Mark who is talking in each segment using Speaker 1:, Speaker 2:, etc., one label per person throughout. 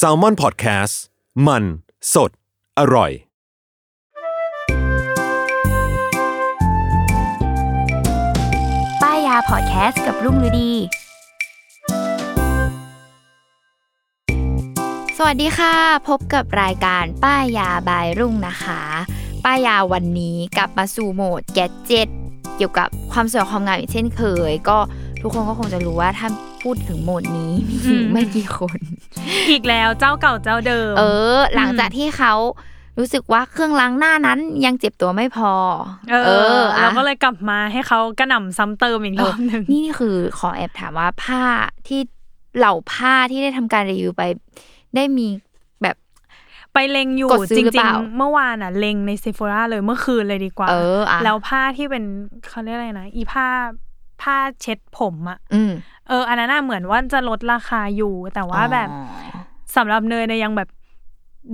Speaker 1: s a l m o n PODCAST มัน สด อร่อย
Speaker 2: ป้ายยาพอดแคสต์กับรุ่งฤดี สวัสดีค่ะ พบกับรายการป้ายยาบายรุ่งนะคะ ป้ายยาวันนี้กลับมาสู่โหมดแกดเจิตเกี่ยวกับความสวยความงามอีกเช่นเคย ก็ทุกคนก็คงจะรู้ว่าถ้าพูดถึงโหมดนี้มีอยู่ไม่กี่คน
Speaker 3: อีกแล้วเจ้าเก่าเจ้าเดิม
Speaker 2: เออ หลังจากที่เขารู้สึกว่าเครื่องล้างหน้านั้นยังเจ็บตัวไม่พอ
Speaker 3: เออ
Speaker 2: อะ
Speaker 3: เราก็เลยกลับมาให้เขากระหน่ำซ้ำเติมอีกรอบหนึ่ง
Speaker 2: นี่คือขอแอบถามว่าผ้าที่เหล่าผ้าที่ได้ทำการรีวิวไป ได้มีแบบ
Speaker 3: ไปเล็งอยู่
Speaker 2: กดซื้อหรื
Speaker 3: จ
Speaker 2: อ
Speaker 3: ริ
Speaker 2: เป
Speaker 3: ง
Speaker 2: ล่า
Speaker 3: ๆ เมื่อวานอ่ะเล็งในเซฟ o ราเลยเมื่อคืนเลยดีกว่า
Speaker 2: เอออะ
Speaker 3: แล้วผ้าที่เป็นเขาเรียกอะไรนะ อีผ้าผ้าเช็ดผมอ่ะ
Speaker 2: อืม
Speaker 3: เอออันนั้นน่ะเหมือนว่าจะลดราคาอยู่ แต่ว่าแบบ
Speaker 2: อ๋อ
Speaker 3: สำหรับเนยเนี่ยยังแบบ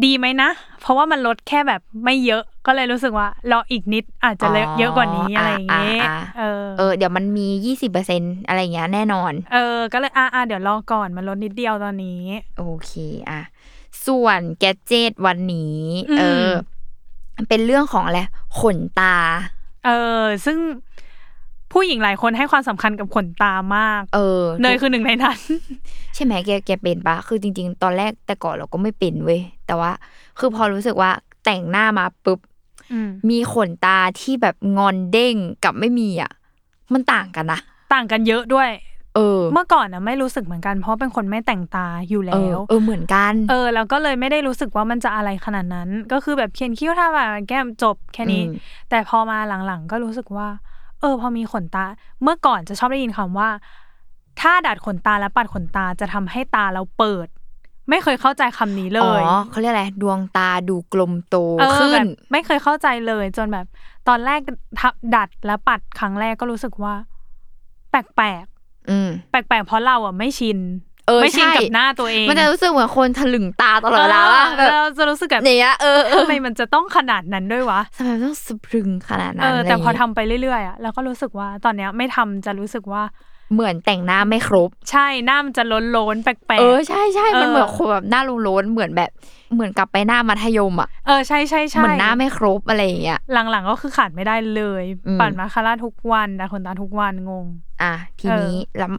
Speaker 3: ดีไหมนะ เพราะว่ามันลดแค่แบบไม่เยอะก็เลยรู้สึกว่ารออีกนิดอาจจะเยอะกว่านี้อะไรอย่างเงี้ยเออ
Speaker 2: เออ เดี๋ยวมันมียี่สิบเปอร์เซ็นอะไรอย่างเงี้ยแน่นอน
Speaker 3: เออ ก็เลยอ่ะอ่ะเดี๋ยวรอก่อนมันลดนิดเดียวตอนนี้
Speaker 2: โอเคอะส่วนแกดเจตวันนี้
Speaker 3: อืม
Speaker 2: เออ เป็นเรื่องของอะไรขนตา
Speaker 3: เออ ซึ่งผู้หญิงหลายคนให้ความสำคัญกับขนตามาก
Speaker 2: เออ
Speaker 3: เนยคือหนึ่งในนั้น
Speaker 2: ใช่ไหมแกแกเป็นปะคือจริง ๆ ตอนแรกแต่ก่อนเราก็ไม่เป็นเว้ยแต่ว่า คือพอรู้สึกว่าแต่งหน้ามาปุ๊บ มีขนตาที่แบบงอนเด้งกับไม่มีอ่ะ มันต่างกันนะ
Speaker 3: ต่างกันเยอะด้วย
Speaker 2: เออ
Speaker 3: เมื่อก่อนนะไม่รู้สึกเหมือนกันเพราะเป็นคนไม่แต่งตาอยู่
Speaker 2: เอ
Speaker 3: แล้
Speaker 2: อ
Speaker 3: ว
Speaker 2: เออเหมือนกัน
Speaker 3: เออ แล้วก็เลยไม่ได้รู้สึกว่ามันจะอะไรขนาดนั้น ก็คือแบบเขียนคิ้วทาปากแก้มจบแค่นี้
Speaker 2: อืม
Speaker 3: แต่พอมาหลังๆ ก็รู้สึกว่า เออ พอมีขนตา เมื่อก่อนจะชอบได้ยินคำว่า ถ้าดัดขนตาและปัดขนตาจะทำให้ตาเราเปิด ไม่เคยเข้าใจคำนี้เล
Speaker 2: อ๋อย เขาเรียกอะไรดวงตาดูกลมโต
Speaker 3: เออ
Speaker 2: ขึ้
Speaker 3: แบ
Speaker 2: น
Speaker 3: บไม่เคยเข้าใจเลยจนแบบ ตอนแรกทับดัดและปัดครั้งแรกก็รู้สึกว่า แปลกแปลก
Speaker 2: อืม
Speaker 3: ๆแปลกแปลกๆเพราะเราอ่ะไม่ชิน
Speaker 2: เออ
Speaker 3: ไม่ชิน
Speaker 2: ใช่
Speaker 3: กับหน้าตัวเอง
Speaker 2: มันจะรู้สึกเหมือนคนถลึงตาตลอดเวลาว่า
Speaker 3: เอ
Speaker 2: แบ
Speaker 3: อบ เราจะรู้สึกแบบ
Speaker 2: เนี้ยเออเออ
Speaker 3: ทำไมมันจะต้องขนาดนั้นด้วยวะ
Speaker 2: ทำไมมันต้องสะพรึงขนาดนั้
Speaker 3: เอน อ แต่
Speaker 2: ะไร
Speaker 3: พอย่างทำ
Speaker 2: งี้
Speaker 3: ไปเรื่อยๆอ่ะเราก็รู้สึกว่าตอนเนี้ยไม่ทำจะรู้สึกว่า
Speaker 2: เหมือนแต่งหน้าไม่ครบ
Speaker 3: ใช่หน้ามันจะล้นล้นๆแปลกๆ
Speaker 2: เออใช่ใช่มัน
Speaker 3: เออ
Speaker 2: เหมือนคนแบบหน้าโลนๆเหมือนแบบ เหมือนกลับไปหน้ามัธยมอ่ะ
Speaker 3: เออใช่ใช่ใช่
Speaker 2: เหมือนหน้าไม่ครบอะไรอย่างเงี้ย
Speaker 3: หลังๆก็คือขาดไม่ได้เลย
Speaker 2: อืม
Speaker 3: ปั่นมาคาร่าทุกวันดัดขนตาทุกวันงง
Speaker 2: อ่ะที
Speaker 3: เออ
Speaker 2: นี้แล้ว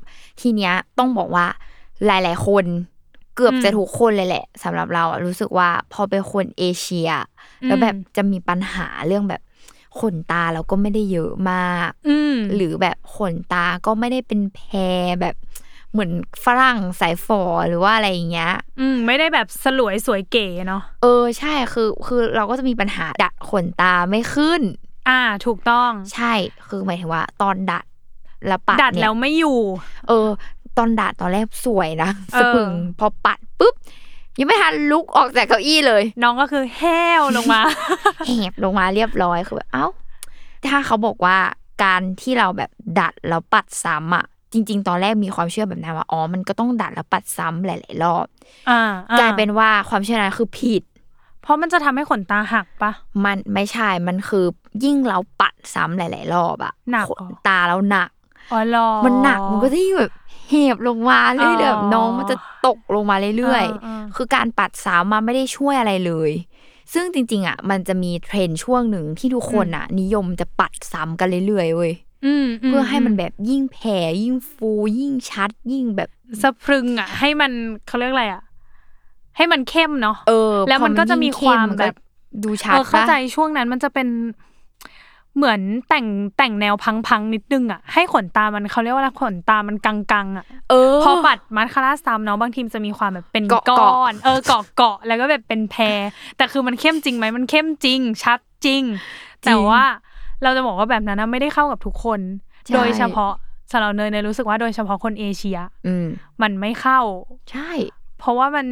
Speaker 2: ทีเนี้ยต้องบอกว่าหลาย ๆ คนเกือบ
Speaker 3: อืม
Speaker 2: จะทุกคนเลยแหละสำหรับเราอะรู้สึกว่าพอเป็นคนเอเชีย แล้วแบบ
Speaker 3: อืม
Speaker 2: จะมีปัญหาเรื่องแบบขนตาเราก็ไม่ได้เยอะมาก
Speaker 3: อืม
Speaker 2: หรือแบบขนตาก็ไม่ได้เป็นแพรแบบเหมือนฝรั่งสายฝอหรือว่าอะไรอย่างเงี้ย
Speaker 3: อืมไม่ได้แบบสลวยสวยเก๋เนาะ
Speaker 2: เออใช่คือคือเราก็จะมีปัญหาดัดขนตาไม่ขึ้น
Speaker 3: อ่า ถูกต้อง
Speaker 2: ใช่คือหมายถึงว่า ตอนดัดแล้วปัด
Speaker 3: ดัด
Speaker 2: เนี่ย
Speaker 3: แล้วไม่อยู่
Speaker 2: เออ ตอนด่าตอนแรกสวยนะ
Speaker 3: เออ
Speaker 2: สะพรึงพอปัดปุ๊บ ยังไม่ทันลุกออกจากเก้าอี้เลย
Speaker 3: น้องก็คือแห้วลงมา
Speaker 2: แหบลงมาเรียบร้อยคือแบบเอ้า ถ้าเขาบอกว่าการที่เราแบบดัดแล้วปัดซ้ำอ่ะ จริง ๆ ตอนแรกมีความเชื่อแบบนั้นว่าอ๋อมันก็ต้องดัดแล้วปัดซ้ำหลายๆรอบ
Speaker 3: อ่าก
Speaker 2: ลายเป็นว่าความเชื่อนั้นคือผิด
Speaker 3: เพราะมันจะทำให้ขนตาหักปะ
Speaker 2: มันไม่ใช่ มันคือยิ่งเราปัดซ้ำหลาย ๆ รอบอ่ะ
Speaker 3: หนัก
Speaker 2: ข
Speaker 3: เหรอ
Speaker 2: นตาเราหนัก
Speaker 3: อ๋อหรอ
Speaker 2: มันหนักมันก็จะยิ่งแบบเห็บลงมาเรื่อยๆแบบน้องมันจะตกลงมาเรื่อย
Speaker 3: อ่า
Speaker 2: ๆ
Speaker 3: ๆ
Speaker 2: คือการปัดสาวมาไม่ได้ช่วยอะไรเลย ซึ่งจริง ๆ อ่ะ มันจะมีเทรนด์ช่วงหนึ่งที่ทุกคนอ่ะ นิยมจะปัดซ้ำกันเรื่อยๆเว้ย
Speaker 3: อืม
Speaker 2: เพื่อให้มันแบบยิ่งแผ่ยิ่งฟูยิ่งชัด ยิ่งแบบ
Speaker 3: สะพรึงอ่ะ ให้มันเขาเรียกอะไรอ่ะ ให้มันเข้มเนาะ
Speaker 2: เออ
Speaker 3: แล้วมัน
Speaker 2: พอ
Speaker 3: ก็จะมี
Speaker 2: ยิ่งเข้
Speaker 3: ความ
Speaker 2: นก็
Speaker 3: แบบ
Speaker 2: ดูชัด
Speaker 3: เออเข้า
Speaker 2: ปะ
Speaker 3: ใจช่วงนั้นมันจะเป็นเหมือนแต่งแต่งแนวพังๆนิดนึงอ่ะ ให้ขนตามันเขาเรียกว่าอะไรขนตามันกังๆอ่ะ
Speaker 2: เออ
Speaker 3: พอปัดมัดคาราซ้ำเนาะบางทีมนจะมีความแบบเป็น
Speaker 2: เกาะ
Speaker 3: ก้
Speaker 2: เกาะ
Speaker 3: อนเออเกาะเกาะแล้วก็แบบเป็นแพร แต่คือมันเข้มจริงไหมมันเข้มจริง ชัดจริง แต่ว่าเราจะบอกว่าแบบนั้นนะไม่ได้เข้ากับทุกคน
Speaker 2: ใช่
Speaker 3: โดยเฉพาะ สำหรับเนยเนยรู้สึกว่าโดยเฉพาะคนเอเชีย
Speaker 2: อืม
Speaker 3: มันไม่เข้า
Speaker 2: ใช่
Speaker 3: เพราะว่ามัน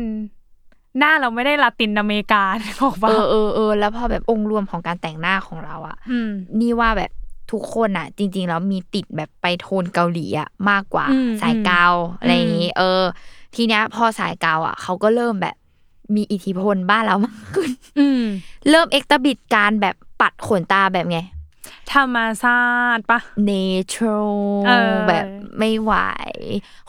Speaker 3: หน้าเราไม่ได้ลาตินอเมริกา บอก
Speaker 2: เออ
Speaker 3: ว่า
Speaker 2: เออเออแล้วพอแบบองค์รวมของการแต่งหน้าของเราอะ
Speaker 3: อืม
Speaker 2: นี่ว่าแบบทุกคนอะจริง ๆ แล้วมีติดแบบไปโทนเกาหลีอะมากกว่า
Speaker 3: อืม
Speaker 2: สายเกาอะไรอย่างงี้
Speaker 3: อืม
Speaker 2: เออ ทีเนี้ยพอสายเกาอะเขาก็เริ่มแบบมีอิทธิพลบ้านเรามากขึ้น
Speaker 3: อืม
Speaker 2: เริ่มเอ็กตบิดการแบบปัดขนตาแบบไง
Speaker 3: ธรรมศาสตร์ปะ
Speaker 2: natural
Speaker 3: เออ
Speaker 2: แบบไม่ไหว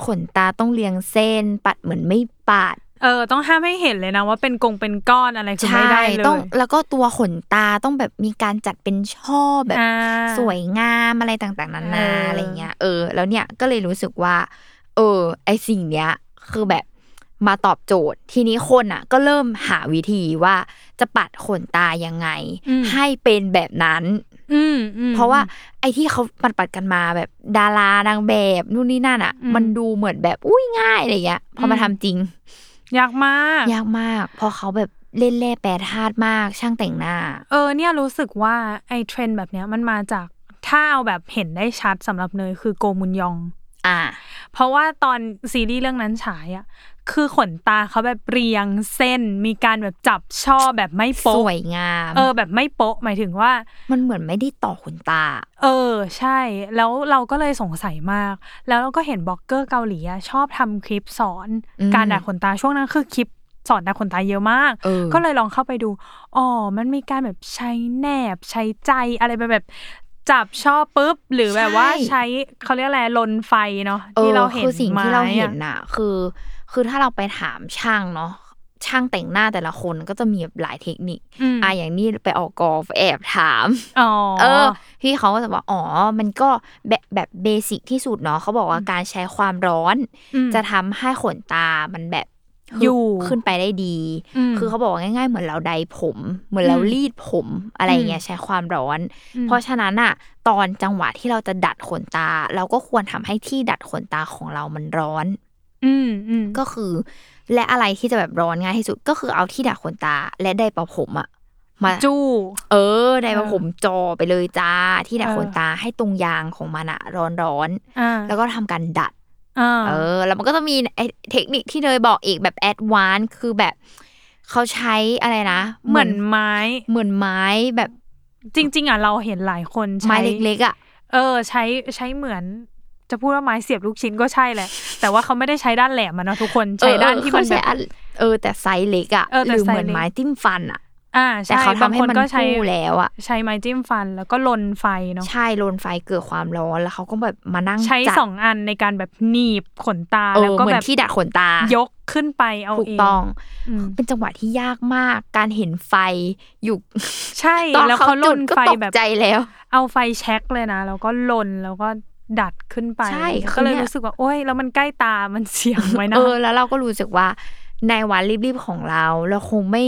Speaker 2: ขนตาต้องเรียงเส้น ปัดเหมือนไม่ปัด
Speaker 3: เออ ต้องห้ามให้เห็นเลยนะว่าเป็นกงเป็นก้อนอะไรคือไม่ได้เลย
Speaker 2: ต้องแล้วก็ตัวขนตาต้องแบบมีการจัดเป็นช่อแบบ
Speaker 3: อ่า
Speaker 2: สวยงามอะไรต่างๆนา
Speaker 3: เอ
Speaker 2: นา
Speaker 3: ออ
Speaker 2: อะไรเงี้ยเออ แล้วเนี่ยก็เลยรู้สึกว่า เออ ไอสิ่งเนี้ย คือแบบมาตอบโจทย์ ทีนี้คนอ่ะ ก็เริ่มหาวิธีว่าจะปัดขนตายังไง ให้เป็นแบบนั้น
Speaker 3: อืมอืม
Speaker 2: เพราะว่าไอที่เขาปัดปัดๆกันมาแบบดารานางแบบนู่นนี่นั่นอ่ะ
Speaker 3: อืม
Speaker 2: มันดูเหมือนแบบอุ้ยง่ายอะไรเงี้ยพอมา
Speaker 3: อืม
Speaker 2: ทำจริง
Speaker 3: ยากมาก
Speaker 2: ยากมากเพอเขาแบบเล่นแร่แปรธาตุมากช่างแต่งหน้า
Speaker 3: เออเนี่ยรู้สึกว่าไอ้เทรนด์แบบเนี้ยมันมาจากถ้าเอาแบบเห็นได้ชัดสำหรับเนยคือโกมุนยอง
Speaker 2: อ่า
Speaker 3: เพราะว่าตอนซีรีส์เรื่องนั้นฉายอะคือขนตาเขาแบบเรียงเส้น มีการแบบจับช่อแบบไม่
Speaker 2: ส
Speaker 3: โป๊ะ
Speaker 2: วยงาม
Speaker 3: เออแบบไม่โป๊ะหมายถึงว่า
Speaker 2: มันเหมือนไม่ได้ต่อขนตา
Speaker 3: เออใช่ แล้วเราก็เลยสงสัยมาก แล้วเราก็เห็นบล็อกเกอร์เกาหลีอะชอบทำคลิปสอน
Speaker 2: อืม
Speaker 3: การดัดขนตาช่วงนั้นคือคลิปสอนดัดขนตาเยอะมาก
Speaker 2: เออ
Speaker 3: ก็เลยลองเข้าไปดู อ๋อ มันมีการแบบใช้แนบ ใช้ใจอะไรไปแบบ จับช่อปุ๊บ หรือแบบว่า
Speaker 2: ใช่
Speaker 3: ใช้เขาเรียกอะไรลนไฟเนาะ
Speaker 2: ออ
Speaker 3: ที่เราเห็น
Speaker 2: คือสิ่งที่เราเห็น
Speaker 3: ไม้อะ
Speaker 2: น่ะ คือ คือถ้าเราไปถามช่างเนาะช่างแต่งหน้าแต่ละคนก็จะมีแบบหลายเทคนิค
Speaker 3: อืม
Speaker 2: อ่ะอย่างนี้ไปออกกอล์ฟแอบถาม
Speaker 3: อ๋อ
Speaker 2: เออพี่เขาก็จะบอกอ๋อ มันก็แบบแบบเบสิกที่สุดเนาะเขาบอกว่าการใช้ความร้อน
Speaker 3: ม
Speaker 2: จะทำให้ขนตามันแบบฮึบ
Speaker 3: อยู่
Speaker 2: ขึ้นไปได้ดี
Speaker 3: อืม
Speaker 2: คือเขาบอกว่าง่าย ๆ เหมือนเราใดผม เหมือนเรา
Speaker 3: อืม
Speaker 2: รีดผมอะไรอย่างเงี้ย
Speaker 3: อืม
Speaker 2: ใช้ความร้อน
Speaker 3: อืม
Speaker 2: เพราะฉะนั้นอะตอนจังหวะที่เราจะดัดขนตา เราก็ควรทำให้ที่ดัดขนตาของเรามันร้อน
Speaker 3: อืมอืม
Speaker 2: ก็คือ และอะไรที่จะแบบร้อนง่ายที่สุดก็คือเอาที่ดัดขนตาและไดร์เป่าผมอะมา
Speaker 3: จู
Speaker 2: เออไดร์เป่า
Speaker 3: เออ
Speaker 2: ผมจอไปเลยจ้า ที่ดัด
Speaker 3: เออ
Speaker 2: ขนตาให้ตรงยางของมันอะร้อน
Speaker 3: อ่า
Speaker 2: ๆแล้วก็ทำการดัด
Speaker 3: อ่า
Speaker 2: เออ แล้วมันก็จะมีไอ้เทคนิคที่เนยบอกอีกแบบแอดวานคือแบบเขาใช้อะไรนะ
Speaker 3: เหมือนไม้
Speaker 2: เหมือนไม้แบบ
Speaker 3: จริง ๆอ่ะเราเห็นหลายคนใช้
Speaker 2: ไม้เล็กๆอ่ะ
Speaker 3: เออใช้ใช้เหมือน จะพูดว่าไม้เสียบลูกชิ้นก็ใช่แหละ แต่ว่าเขาไม่ได้ใช้ด้านแหลมอะเนาะทุกคนใช้
Speaker 2: เออ
Speaker 3: ด้านที่มั
Speaker 2: เขา
Speaker 3: นแบ
Speaker 2: ใช้
Speaker 3: บ
Speaker 2: อันเออ แต่ไซส์เล็กอ่ะ
Speaker 3: เออแต่
Speaker 2: หรือ
Speaker 3: ไซส์
Speaker 2: เหมือน
Speaker 3: เล็ก
Speaker 2: ไม้จิ้มฟันอ่ะ
Speaker 3: อ่า
Speaker 2: แต่
Speaker 3: ใช่
Speaker 2: เขา
Speaker 3: บา
Speaker 2: ทำ
Speaker 3: ง
Speaker 2: ให้
Speaker 3: คน
Speaker 2: มัน
Speaker 3: ก็ใช้
Speaker 2: คู่แล้วอ่ะ
Speaker 3: ใช้ไม้จิ้มฟันแล้วก็ลนไฟเนาะ
Speaker 2: ใช่โลนไฟเกิดความร้อนแล้วเขาก็แบบมานั่ง
Speaker 3: ใช้
Speaker 2: จัด
Speaker 3: สองอันในการแบบหนีบขนตา
Speaker 2: เอ
Speaker 3: แล้ว
Speaker 2: อ
Speaker 3: ก็
Speaker 2: เหมือ
Speaker 3: แบ
Speaker 2: น
Speaker 3: บ
Speaker 2: ที่ดัดขนตาย
Speaker 3: กขึ้นไปเอา
Speaker 2: ถูก
Speaker 3: เอง
Speaker 2: ต้อง
Speaker 3: อืม
Speaker 2: เป็นจังหวะที่ยากมาก การเห็นไฟ อยู่
Speaker 3: ใช่
Speaker 2: ตอน
Speaker 3: แล้ว
Speaker 2: เขา
Speaker 3: เขาล
Speaker 2: จุด
Speaker 3: น
Speaker 2: ก็
Speaker 3: ไฟ
Speaker 2: ตก
Speaker 3: แบบ
Speaker 2: ใจแล้ว
Speaker 3: เอาไฟแช็กเลยนะแล้วก็ลนแล้วก็ดัดขึ้นไป
Speaker 2: ใช่
Speaker 3: ก็
Speaker 2: คือ
Speaker 3: เลย
Speaker 2: เนี่ย
Speaker 3: รู้สึกว่าโอ้ยแล้วมันใกล้ตามันเสียงไว้นะ
Speaker 2: เออแล้วเราก็รู้สึกว่าในวันรีบๆของเรา เราคงไม่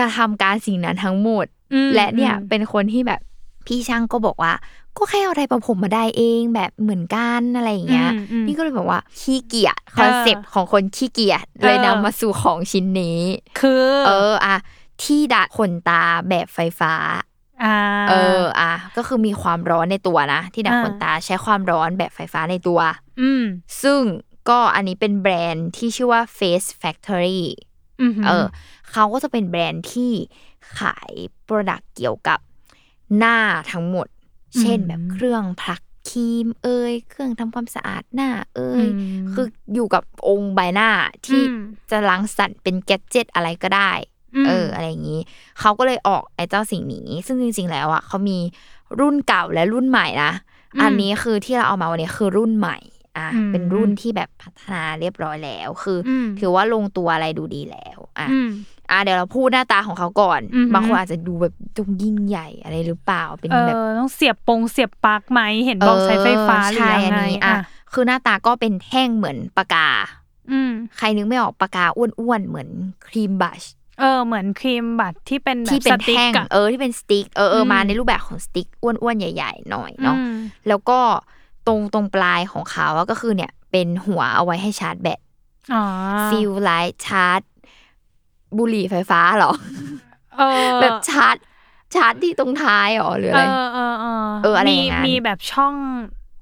Speaker 2: กระทำการสิ่งนั้นทั้งหมด
Speaker 3: ม
Speaker 2: และเนี่ย
Speaker 3: อืม
Speaker 2: เป็นคนที่แบบพี่ช่างก็บอกว่า ก็แค่เอาไดร์เประผมมาได้เองแบบเหมือนกันอะไรอย่างเงี้ย
Speaker 3: อืมอืม
Speaker 2: นี่ก็เลยบอกว่าขี้เกียจคอนเซปต์ของคนขี้เกียจเลย
Speaker 3: เออ
Speaker 2: นำมาสู่ของชิ้นนี้
Speaker 3: คือ
Speaker 2: เอออะที่ดัดขนตาแบบไฟฟ้า
Speaker 3: ่า
Speaker 2: เอออะก็คือมีความร้อนในตัวนะ ที่ดัด
Speaker 3: อ่า
Speaker 2: ขนตาใช้ความร้อนแบบไฟฟ้าในตัว
Speaker 3: อืม
Speaker 2: ซึ่งก็อันนี้เป็นแบรนด์ที่ชื่อว่า Face Factory
Speaker 3: อือหือ
Speaker 2: เออเขาก็จะเป็นแบรนด์ที่ขายโปรดักต์เกี่ยวกับหน้าทั้งหมด
Speaker 3: อืม
Speaker 2: เช่นแบบเครื่องผลักครีมเอ้ยเครื่องทำความสะอาดหน้าเอ้
Speaker 3: อื
Speaker 2: ย
Speaker 3: ม
Speaker 2: คืออยู่กับองค์ใบหน้าที่
Speaker 3: อืม
Speaker 2: จะลังสรรค์เป็นแกดเจิตอะไรก็ได้
Speaker 3: ม
Speaker 2: เอออะไรอย่างนี้ เขาก็เลยออกไอ้เจ้าสิ่งนี้ ซึ่งจริงๆแล้วอ่ะเขามีรุ่นเก่าและรุ่นใหม่นะ อันนี้คือที่เราเอามาวันนี้คือรุ่นใหม่ อ่ะ
Speaker 3: อืม
Speaker 2: เป็นรุ่นที่แบบพัฒนาเรียบร้อยแล้ว คือ
Speaker 3: ม
Speaker 2: ถือว่าลงตัวอะไรดูดีแล้ว อ่ะ
Speaker 3: อืม
Speaker 2: อ่ะเดี๋ยวเราพูดหน้าตาของเขาก่อน
Speaker 3: อือหือ
Speaker 2: บางคนอาจจะดูแบบจงยิ่งใหญ่อะไรหรือเปล่า เป็น
Speaker 3: เอ
Speaker 2: แบบ
Speaker 3: อต้องเสียบปงเสียบปลั๊กไหมเห็นบอกใช้ไฟฟ้าหรือ
Speaker 2: ใช่
Speaker 3: ยัง
Speaker 2: อัน
Speaker 3: ไง
Speaker 2: นี้อ่ะ คือหน้าตาก็เป็นแท่งเหมือนปากกา
Speaker 3: อืม
Speaker 2: ใครนึกไม่ออกปากกาอ้วนๆ เหมือนครีมบัช
Speaker 3: เออเหมือนครีมบัตรที่เป็นแบบ
Speaker 2: ที่เป็น
Speaker 3: สติ๊ก
Speaker 2: แท่ง
Speaker 3: อะ
Speaker 2: เออที่เป็นสติ๊กเออเอออ
Speaker 3: ม
Speaker 2: มาในรูปแบบของสติ๊กอ้วนๆ ใหญ่ๆ หน่อยเนาะ
Speaker 3: อืม
Speaker 2: แล้วก็ตรงตรงปลายของเขาอะก็คือเนี่ย เป็นหัวเอาไว้ให้ชาร์จแบต
Speaker 3: อ๋อ
Speaker 2: ฟิลไลท์ชาร์จ บุหรี่ไฟฟ้าเหรอ
Speaker 3: เออ
Speaker 2: แบบชาร์จชาร์จที่ตรงท้ายเหรอหรืออะ
Speaker 3: เอ
Speaker 2: ไร
Speaker 3: อเออเออ
Speaker 2: เอออะไร
Speaker 3: มี
Speaker 2: อย่างนั้น
Speaker 3: มีแบบช่อง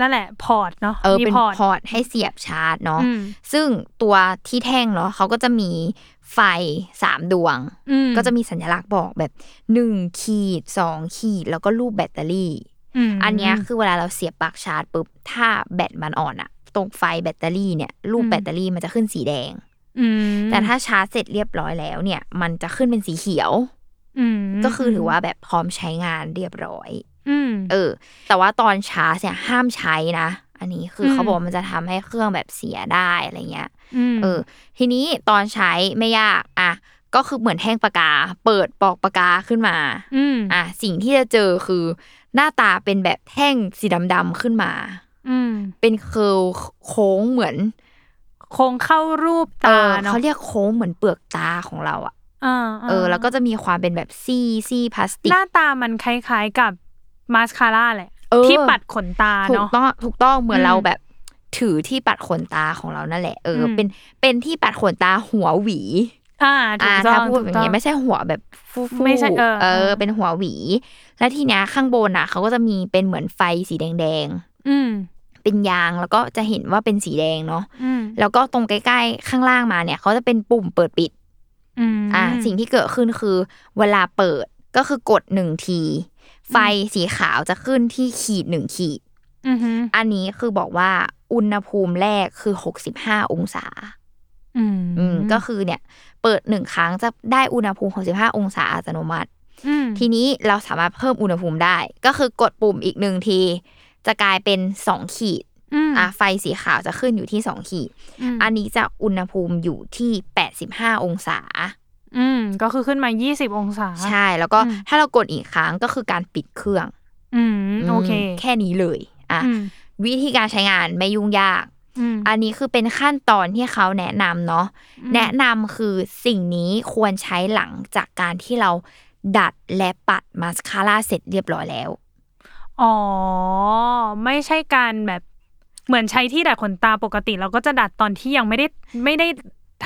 Speaker 3: นั่นแหละ พอร์ตเนาะ
Speaker 2: เออ
Speaker 3: มี
Speaker 2: เป็น
Speaker 3: พอร์ต
Speaker 2: พอร์ตให้เสียบชาร์จเนาะ
Speaker 3: อืม
Speaker 2: ซึ่งตัวที่แท่งเนาะเขาก็จะมีไฟสามดวง
Speaker 3: อืม
Speaker 2: ก็จะมีสัญลักษณ์บอกแบบหนึ่งขีดสองขีดแล้วก็รูปแบตเตอรี่
Speaker 3: ม
Speaker 2: อันเนี้ยคือเวลาเราเสียบปลั๊กชาร์จปุ๊บถ้าแบตมันอ่อนอะตรงไฟแบตเตอรี่เนี่ยรูปแบตเตอรี่มันจะขึ้นสีแดง
Speaker 3: ม
Speaker 2: แต่ถ้าชาร์จเสร็จเรียบร้อยแล้วเนี่ย มันจะขึ้นเป็นสีเขียว
Speaker 3: อืม
Speaker 2: ก็คือถือว่าแบบพร้อมใช้งานเรียบร้อย
Speaker 3: อืม
Speaker 2: เออ แต่ว่าตอนชาร์จเนี่ยห้ามใช้นะ อันนี้คืออ
Speaker 3: ม
Speaker 2: เขาบอกว่ามันจะทำให้เครื่องแบบเสียได้อะไรเงี้ย
Speaker 3: ม
Speaker 2: เออ ทีนี้ตอนใช้ไม่ยากอ่ะก็คือเหมือนแท่งปากกา เปิดปอกปากกาขึ้นมา
Speaker 3: อืม
Speaker 2: อ่ะสิ่งที่จะเจอคือหน้าตาเป็นแบบแท่งสีดำๆขึ้นมา
Speaker 3: อืม
Speaker 2: เป็นเคิร์ลโค้งเหมือน
Speaker 3: คงเข้ารูป
Speaker 2: เอ
Speaker 3: ตา
Speaker 2: อ
Speaker 3: เนาะ
Speaker 2: เขาเรียกโค้งเหมือนเปลือกตาของเราอะ
Speaker 3: า
Speaker 2: เออ แล้วก็จะมีความเป็นแบบซี่ซี่พลาสติ
Speaker 3: ห
Speaker 2: ก
Speaker 3: น้าตามันคล้ายๆกับมาสคาร่าแหละ
Speaker 2: เออ
Speaker 3: ที่ปัดขนตา
Speaker 2: ถูก
Speaker 3: เนาะ
Speaker 2: ต้องถูกต้องเหมือน
Speaker 3: อืม
Speaker 2: เราแบบถือที่ปัดขนตาของเรานั่นแหละ เอออ
Speaker 3: ม
Speaker 2: เป็นเป็นที่ปัดขนตาหัวหวี
Speaker 3: อ่าถู
Speaker 2: อ่าก
Speaker 3: ต้อง
Speaker 2: ถ้าพูดอ
Speaker 3: ถู
Speaker 2: ก ย่าง
Speaker 3: ต้อ
Speaker 2: เงี้
Speaker 3: ง
Speaker 2: ยไม่ใช่หัวแบบฟูฟู
Speaker 3: ไม่ใช่เออ
Speaker 2: เอ
Speaker 3: เอ
Speaker 2: อ
Speaker 3: อ
Speaker 2: เป็นหัวหวี และทีเนี้ยข้างบนอ่ะเขาก็จะมีเป็นเหมือนไฟสีแดง
Speaker 3: อืม
Speaker 2: ๆเป็นยางแล้วก็จะเห็นว่าเป็นสีแดงเนาะ
Speaker 3: อืม
Speaker 2: แล้วก็ตรงใกล้ๆข้างล่างมาเนี่ยเขาจะเป็นปุ่มเปิดปิด
Speaker 3: อืม
Speaker 2: อ่าสิ่งที่เกิดขึ้นคือเวลาเปิดก็คือกดหนึ่งที ไฟสีขาวจะขึ้นที่ขีดหนึ่งขีด
Speaker 3: อือหือ
Speaker 2: อันนี้คือบอกว่าอุณหภูมิแรกคือ 65 องศา
Speaker 3: อืม
Speaker 2: อืมก็คือเนี่ยเปิดหนึ่งครั้งจะได้อุณหภูมิ 65 องศาอัตโนมัติ
Speaker 3: อืม
Speaker 2: ทีนี้เราสามารถเพิ่มอุณหภูมิได้ ก็คือกดปุ่มอีกหนึ่งที จะกลายเป็น 2 ขีด
Speaker 3: ม
Speaker 2: อ่ะไฟสีขาวจะขึ้นอยู่ที่ 2 ขีด
Speaker 3: ม
Speaker 2: อันนี้จะอุณหภูมิอยู่ที่ 85 องศา
Speaker 3: อืมก็คือขึ้นมายี่สิบองศา
Speaker 2: ใช่แล้วก็
Speaker 3: อืม
Speaker 2: ถ้าเรากดอีกครั้งก็คือการปิดเครื่อง
Speaker 3: อืมโอเค
Speaker 2: มแค่นี้เลยอ่ะ
Speaker 3: อืม
Speaker 2: วิธีการใช้งานไม่ยุ่งยาก
Speaker 3: อืม
Speaker 2: อันนี้คือเป็นขั้นตอนที่เขาแนะนำเนาะแนะนำคือสิ่งนี้ควรใช้หลังจากการที่เราดัดและปัดมาสคาร่าเสร็จเรียบร้อยแล้ว
Speaker 3: อ๋อ ไม่ใช่การแบบเหมือนใช้ที่ดัดขนตาปกติเราก็จะดัดตอนที่ยังไม่ได้ไม่ได้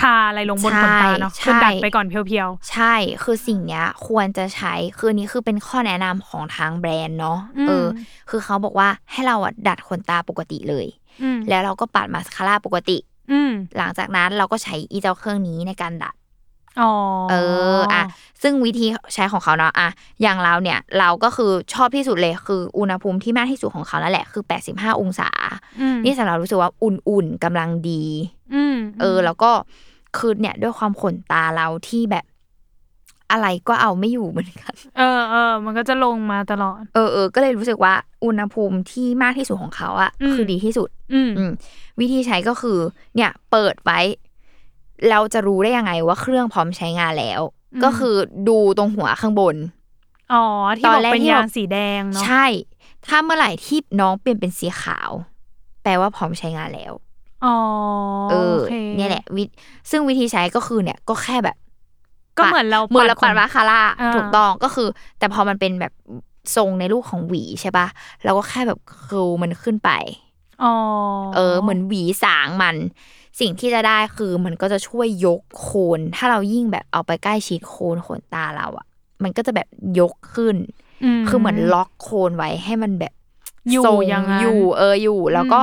Speaker 3: ทาอะไรลงบน
Speaker 2: ใช่
Speaker 3: ขนตาเนาะ
Speaker 2: ใช่
Speaker 3: คือดัดไปก่อนเพียว
Speaker 2: ใช่ คือสิ่งเนี้ยควรจะใช้ คือนี้คือเป็นข้อแนะนำของทางแบรนด์เนาะ
Speaker 3: ๆ
Speaker 2: เออ คือเขาบอกว่าให้เราอะดัดขนตาปกติเลย
Speaker 3: อืม
Speaker 2: แล้วเราก็ปัดมาสคาร่าปกติ
Speaker 3: อืม
Speaker 2: หลังจากนั้นเราก็ใช้อีเจ้าเครื่องนี้ในการดัด
Speaker 3: อ๋อ
Speaker 2: เอออ่ะซึ่งวิธีใช้ของเขาเนาะอ่ะอย่างเราเนี่ยเราก็คือชอบที่สุดเลยคืออุณหภูมิที่มากที่สุดของเขานั่นแหละคือ 85 องศา
Speaker 3: อืม
Speaker 2: นี่สำหรับรู้สึกว่าอุ่นๆกำลังดี
Speaker 3: อืม
Speaker 2: เออ แล้วก็คือเนี่ยด้วยความขนตาเราที่แบบ อะไรก็เอาไม่อยู่เหมือนกัน
Speaker 3: เออเออมันก็จะลงมาตลอด
Speaker 2: เออเออก็เลยรู้สึกว่าอุณหภูมิที่มากที่สุดของเขาอะ
Speaker 3: อืม
Speaker 2: คือดีที่สุด
Speaker 3: อืม
Speaker 2: อืมวิธีใช้ก็คือ เนี่ยเปิดไว้ เราจะรู้ได้ยังไงว่าเครื่องพร้อมใช้งานแล้ว ก็คือดูตรงหัวข้างบน
Speaker 3: อ๋อที่
Speaker 2: ต
Speaker 3: บ
Speaker 2: อ
Speaker 3: อน ก
Speaker 2: แรก
Speaker 3: เป็น
Speaker 2: ที่เรา
Speaker 3: ยางสีแดงเนาะ
Speaker 2: ใช่ ถ้าเมื่อไหร่ที่น้องเปลี่ยนเป็นสีขาว แปลว่าพร้อมใช้งานแล้ว
Speaker 3: อ๋อ
Speaker 2: เออ
Speaker 3: โค
Speaker 2: เนี่ยแหละวิซึ่งวิธีใช้ก็คือเนี่ยก็แค่แบบ
Speaker 3: ก็เหมือนเรา
Speaker 2: เหมือนเราปัด
Speaker 3: ข
Speaker 2: วาคาร่า
Speaker 3: อ่า
Speaker 2: ถูกต้องก็คือ แต่พอมันเป็นแบบทรงในรูปของหวีใช่ปะเราก็แค่แบบเคิลมันขึ้นไป
Speaker 3: อ๋อ
Speaker 2: เออเหมือนหวีสางมัน สิ่งที่จะได้คือมันก็จะช่วยยกโคน ถ้าเรายิ่งแบบเอาไปใกล้ชิดโคนขนตาเราอะมันก็จะแบบยกขึ้น คือเหมือนล็อกโคนไว้ให้มันแบบ
Speaker 3: อยู่
Speaker 2: ทรง
Speaker 3: อย่างนั้น
Speaker 2: อยู่ เอออยู่แล้วก็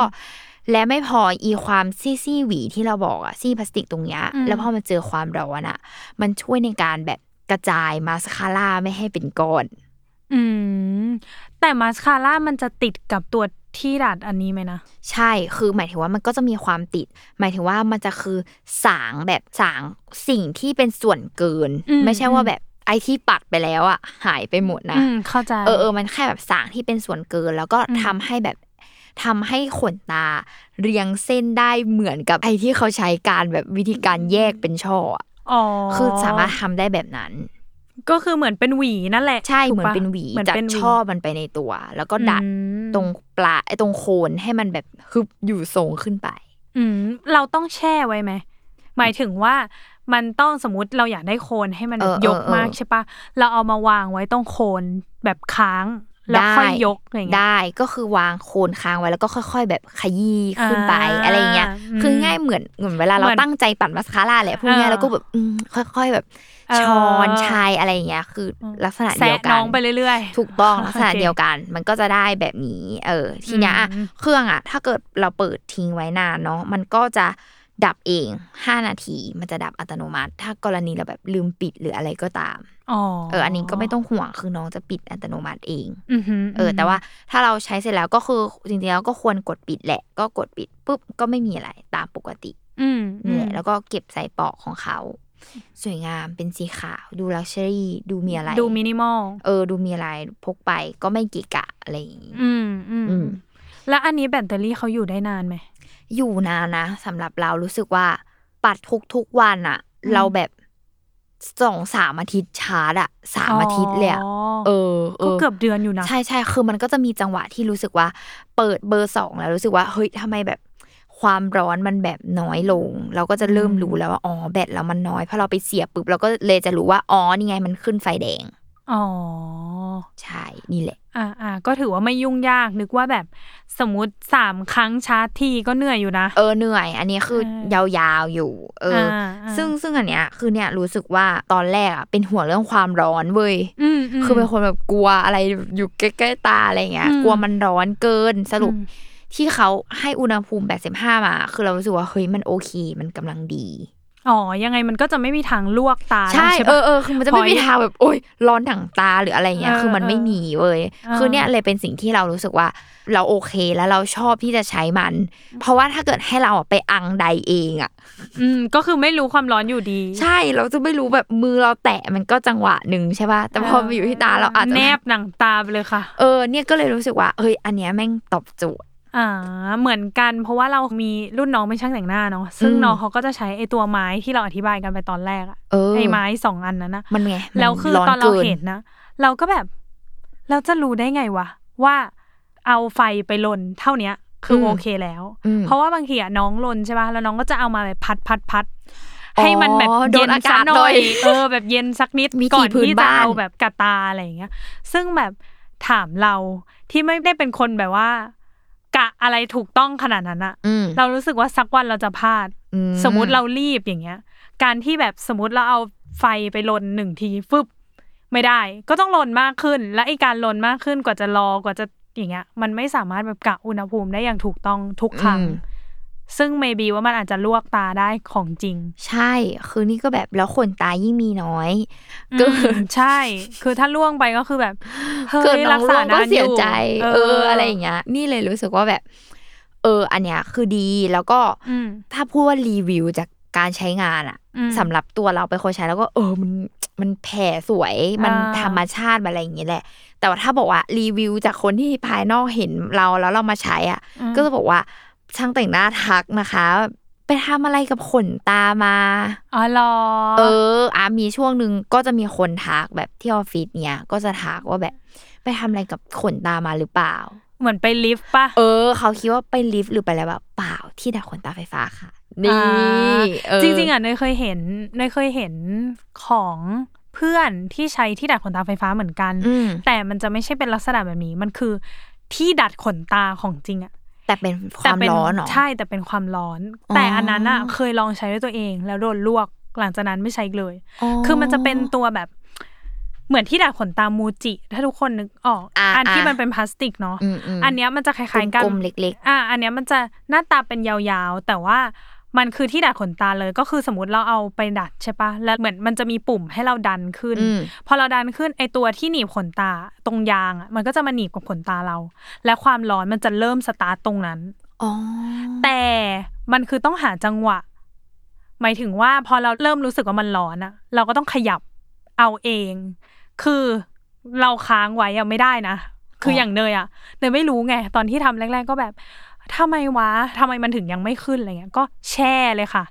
Speaker 2: และไม่พออีความซี่ซี่หวีที่เราบอกอะซี่พลาสติกตรงเนี้ย
Speaker 3: อืม
Speaker 2: แล้วพอมันเจอความร้อนอะมันช่วยในการแบบกระจายมาสคาร่าไม่ให้เป็นก้อน
Speaker 3: อืมแต่มาสคาร่ามันจะติดกับตัวที่ดัดอันนี้ไหมนะ
Speaker 2: ใช่ คือหมายถึงว่ามันก็จะมีความติด หมายถึงว่ามันจะคือสางแบบสางสิ่งที่เป็นส่วนเกิน ไม่ใช่ว่าแบบไอที่ปัดไปแล้วอะหายไปหมดนะ
Speaker 3: อืมเข้าใจ
Speaker 2: เออเออมันแค่แบบสางที่เป็นส่วนเกิน แล้วก็
Speaker 3: อืม
Speaker 2: ทำให้แบบทำให้ขนตา เรียงเส้นได้เหมือนกับไอที่เขาใช้การแบบวิธีการแยกเป็นช่ออะ
Speaker 3: อ๋อ
Speaker 2: คือสามารถทำได้แบบนั้น
Speaker 3: ก็คือเหมือนเป็นหวีนั่นแหละ
Speaker 2: ใช่
Speaker 3: ถูก
Speaker 2: เหมือน
Speaker 3: ปะ
Speaker 2: เป็นหวี
Speaker 3: เหมือน
Speaker 2: จัด
Speaker 3: เป็นหวี
Speaker 2: ช่อมันไปในตัว แล้วก็ดัด
Speaker 3: อืม
Speaker 2: ตรงปลายไอตรงโคนให้มันแบบฮึบอยู่ทรงขึ้นไป
Speaker 3: อืมเราต้องแช่ไว้ไหมหมายถึงว่ามันต้องสมมติเราอยากได้โคนให้มัน
Speaker 2: เออเออย
Speaker 3: กมาก
Speaker 2: เออ
Speaker 3: ใช่ปะเราเอามาวางไว้ตรงโคนแบบค้าง แล้วค่อย
Speaker 2: ได้
Speaker 3: ยกอะไรอย่างเงี้ย
Speaker 2: ได้ก็คือวางโคนค้างไว้แล้วก็ค่อย ๆ แบบขยี้ขึ้นไป
Speaker 3: อ่า
Speaker 2: อะไรเงี้ย
Speaker 3: อืม
Speaker 2: คือง่ายเหมือนเหมือนเวลาเรา
Speaker 3: เหมือน
Speaker 2: ตั้งใจปั่นมาสคาร่าแหละพวกเนี้ย
Speaker 3: เออ
Speaker 2: แล้วก็แบบอืมค่อย ๆ แบบ
Speaker 3: เออ
Speaker 2: ช้อนชายอะไรเงี้ย คือลักษณะเดียว
Speaker 3: แซะ
Speaker 2: กัน
Speaker 3: น้องไปเรื่อยๆ
Speaker 2: ถูกต้องลักษณะ
Speaker 3: โอเค
Speaker 2: เดียวกัน มันก็จะได้แบบนี้ เออ ทีเนี้ยอะ
Speaker 3: อืม
Speaker 2: เครื่องอะถ้าเกิดเราเปิดทิ้งไว้นานเนาะมันก็จะดับเอง 5 นาที มันจะดับอัตโนมัติ ถ้ากรณีเราแบบลืมปิดหรืออะไรก็ตาม
Speaker 3: อ๋อ
Speaker 2: เออ อันนี้ก็ไม่ต้องห่วงคือน้องจะปิดอัตโนมัติเอง
Speaker 3: อือหื
Speaker 2: เออ แต่ว่าถ้าเราใช้เสร็จแล้วก็คือจริงๆแล้วก็ควรกดปิดแหละ ก็กดปิดปุ๊บก็ไม่มีอะไรตามปกติ
Speaker 3: อืมอื
Speaker 2: นี่
Speaker 3: ม
Speaker 2: แหละแล้วก็เก็บใส่ปลอกของเขา สวยงามเป็นสีขาว ดูลักชัวรี่ดูมีอะไร
Speaker 3: ดูมินิมอล
Speaker 2: เออ ดูมีอะไรพกไปก็ไม่กิกะอะไรอย่างงี้
Speaker 3: อืมอืม
Speaker 2: อืม
Speaker 3: แล้วอันนี้แบตเตอรี่เขาอยู่ได้นานไหม
Speaker 2: อยู่นานนะสำหรับเรารู้สึกว่า ปัดทุกทุกๆวันอะ
Speaker 3: อืม
Speaker 2: เราแบบสองสามอาทิตย์ชาร์จอะสามอาทิตย์เลยอะเออเอ
Speaker 3: ก็
Speaker 2: อ
Speaker 3: เกือบเดือนอยู่นะ
Speaker 2: ใช่ใช่คือมันก็จะมีจังหวะที่รู้สึกว่า เปิดเบอร์สองแล้วรู้สึกว่าเฮ้ยทำไมแบบความร้อนมันแบบน้อยลง เราก็จะเริ่ม
Speaker 3: อืม
Speaker 2: รู้แล้วว่าอ๋อแบตเรามันน้อยพอเราไปเสียบปุ๊บเราก็เลยจะรู้ว่าอ๋อนี่ไงมันขึ้นไฟแดง
Speaker 3: อ๋อ
Speaker 2: ใช่ นี่แหละ
Speaker 3: อ่าอ่าก็ถือว่าไม่ยุ่งยากนึกว่าแบบสมมติสามครั้งชาร์จทีก็เหนื่อยอยู่นะ
Speaker 2: เออเหนื่อย อันนี้คือ
Speaker 3: เอย
Speaker 2: า
Speaker 3: อ
Speaker 2: วๆอยู่ เอออ
Speaker 3: อ่า
Speaker 2: ซึ่งซึ่งอันเนี้ยคือเนี่ยรู้สึกว่าตอนแรกอ่ะเป็นห่วงเรื่องความร้อนเว้ย
Speaker 3: อืมม
Speaker 2: คือเป็นคนแบบกลัวอะไรอยู่ใกล้ๆตาอะไรเงี้ย
Speaker 3: อืม
Speaker 2: กลัวมันร้อนเกินสรุป
Speaker 3: อืม
Speaker 2: ที่เขาให้อุณหภูมิ 85 มา คือเรารู้สึกว่าเฮ้ยมันโอเค มันกำลังดี
Speaker 3: อ๋อ ยังไงมันก็จะไม่มีทางลวกตา
Speaker 2: ใช่
Speaker 3: แล้วปะ
Speaker 2: เออเออคือมันจะไม่มี
Speaker 3: พอย
Speaker 2: ทางแบบ โอ๊ย ร้อนถังตาหรืออะไรเงี้ย
Speaker 3: เออ
Speaker 2: คือมันไม่มีเว้ย
Speaker 3: เออ
Speaker 2: คือเนี่ยเลยเป็นสิ่งที่เรารู้สึกว่า เราโอเคแล้วเราชอบที่จะใช้มัน เพราะว่าถ้าเกิดให้เราอะไปอังใดเองอ่ะ
Speaker 3: อืมก็คือไม่รู้ความร้อนอยู่ดี
Speaker 2: ใช่ เราจะไม่รู้แบบมือเราแตะมันก็จังหวะหนึ่งใช่ป่ะ แต่พอมาอยู่ที่ตาเราอาจจะ
Speaker 3: แนบหนังตาไปเลยค่ะ
Speaker 2: เออ เนี่ยก็เลยรู้สึกว่า เฮ้ย อันเนี้ยแม่งตอบโจทย์
Speaker 3: อ่า เหมือนกันเพราะว่าเรามีรุ่นน้องเป็นช่างแต่งหน้าเนาะซึ่ง
Speaker 2: อืม
Speaker 3: น้องเขาก็จะใช้ไอตัวไม้ที่เราอธิบายกันไปตอนแรกอะ
Speaker 2: เออ
Speaker 3: ไอไม้สองอันนั้นนะ
Speaker 2: มันไงมัน
Speaker 3: แล้วคือ
Speaker 2: ร้
Speaker 3: ตอนเรา
Speaker 2: กิ
Speaker 3: เห็นนะ เราก็แบบ เราจะรู้ได้ไงวะ ว่าเอาไฟไปลนเท่าเนี้ย คือ
Speaker 2: ม
Speaker 3: อโอเคแล้ว
Speaker 2: อืม
Speaker 3: เพราะว่าบางทีอะน้องลนใช่ป่ะแล้วน้องก็จะเอามาแบบพัดพัดพัด
Speaker 2: อ๋อ
Speaker 3: ให้มันแบบ
Speaker 2: โด
Speaker 3: เย็
Speaker 2: น
Speaker 3: น
Speaker 2: อา
Speaker 3: สั
Speaker 2: กาศ
Speaker 3: กห
Speaker 2: หน่
Speaker 3: น่
Speaker 2: อ
Speaker 3: อย ย เออ แบบเย็นสักนิด
Speaker 2: วิธี
Speaker 3: ก่อน
Speaker 2: พื้น
Speaker 3: ที่จะ
Speaker 2: บ้าน
Speaker 3: เอาแบบกระตาอะไรอย่างเงี้ย ซึ่งแบบถามเราที่ไม่ได้เป็นคนแบบว่า กะอะไรถูกต้องขนาดนั้นอะ
Speaker 2: อืม
Speaker 3: เรารู้สึกว่าสักวันเราจะพลาด
Speaker 2: อื
Speaker 3: สมมติเรารีบอย่างเงี้ย การที่แบบสมมติเราเอาไฟไปลนหนึ่งทีฟึบไม่ได้ ก็ต้องลนมากขึ้น และไอการลนมากขึ้นกว่าจะรอกว่าจะอย่างเงี้ย มันไม่สามารถแบบกะอุณหภูมิได้อย่างถูกต้องทุกครั้ง
Speaker 2: อืม
Speaker 3: ซึ่ง maybe ว่ามันอาจจะลวกตาได้ของจริง
Speaker 2: ใช่ คือนี่ก็แบบแล้วขนตายิ่งมีน้อย เกิด
Speaker 3: อืมใช่ คือถ้าล่วงไปก็คือแบบเฮ้
Speaker 2: เกิด
Speaker 3: ย
Speaker 2: น้
Speaker 3: รั
Speaker 2: อก ง
Speaker 3: ษา
Speaker 2: ร่วงก็
Speaker 3: นาน
Speaker 2: เสี
Speaker 3: อย ยู่
Speaker 2: ใจ เออ อะไรอย่างเงี้ย นี่เลยรู้สึกว่าแบบ เออ อันเนี้ยคือดี แล้วก็
Speaker 3: อืม
Speaker 2: ถ้าพูดว่ารีวิวจากการใช้งานอะ
Speaker 3: อืม
Speaker 2: สำหรับตัวเราเป็นคนใช้แล้วก็เออ มัน มันแผ่สวย มัน
Speaker 3: อ่า
Speaker 2: ธรรมชาติอะไรอย่างเงี้ยแหละ แต่ว่าถ้าบอกว่ารีวิวจากคนที่ภายนอกเห็นเราแล้วเรามาใช้อ่ะ
Speaker 3: อืม
Speaker 2: ก็จะบอกว่าช่างแต่งหน้าทักนะคะ ไปทำอะไรกับขนตามา
Speaker 3: อ๋อเหรอ
Speaker 2: เอออ่ะมีช่วงหนึ่งก็จะมีคนทักแบบที่ออฟฟิศเนี่ย ก็จะทักว่าแบบ ไปทำอะไรกับขนตามาหรือเปล่า
Speaker 3: เหมือนไปลิฟต์ป่ะ
Speaker 2: เออ เขาคิดว่าไปลิฟต์หรือไปอะไรแบบเปล่าที่ดักขนตาไฟฟ้าค่ะ นี่เออ
Speaker 3: จริงๆอ่ะเนยเคยเห็นเนยเคยเห็นของเพื่อนที่ใช้ที่ดัดขนตาไฟฟ้าเหมือนกัน
Speaker 2: อืม
Speaker 3: แต่มันจะไม่ใช่เป็นลักษณะแบบนี้ มันคือที่ดัดขนตาของจริงอ่ะ
Speaker 2: แต่เป็นค
Speaker 3: แต่
Speaker 2: วาม
Speaker 3: เป็น
Speaker 2: ร้อนเหรอ
Speaker 3: ใช่แต่เป็นความร้อน
Speaker 2: อ๋อ
Speaker 3: แต่อันนั้นอ่ะเคยลองใช้ด้วยตัวเอง แล้วโดนลวกหลังจากนั้นไม่ใช้อีกเลย คือมันจะเป็นตัวแบบเหมือนที่ดัดขนตามูจิ ถ้าทุกคนนึกออก
Speaker 2: อ่า
Speaker 3: อันที่
Speaker 2: อ่ามั
Speaker 3: มันเป็นพลาสติกเนาะ
Speaker 2: มม
Speaker 3: อันเนี้ยมันจะคล้ายๆกัน
Speaker 2: กลมๆเล็ก
Speaker 3: อ่ะอันเนี้ยมันจะหน้าตาเป็นยาวๆ แต่ว่ามันคือที่ดัดขนตาเลยก็คือสมมติเราเอาไปดัดใช่ปะแล้วเหมือนมันจะมีปุ่มให้เราดันขึ้น
Speaker 2: อืม
Speaker 3: พอเราดันขึ้นไอตัวที่หนีบขนตาตรงยางอ่ะมันก็จะมาหนีบกับขนตาเรา และความร้อนมันจะเริ่มสตาร์ตตรงนั้น
Speaker 2: ๆอ๋อ
Speaker 3: แต่มันคือต้องหาจังหวะ หมายถึงว่าพอเราเริ่มรู้สึกว่ามันร้อนอะเราก็ต้องขยับเอาเอง คือเราค้างไว้อะไม่ได้นะ คืออย่างเนยอะเนยไม่รู้ไง ตอนที่ทำแรก ๆ ก็แบบทำไมวะทำไมมันถึงยังไม่ขึ้นอะไรเงี้ย ก็แช่เลยค่ะ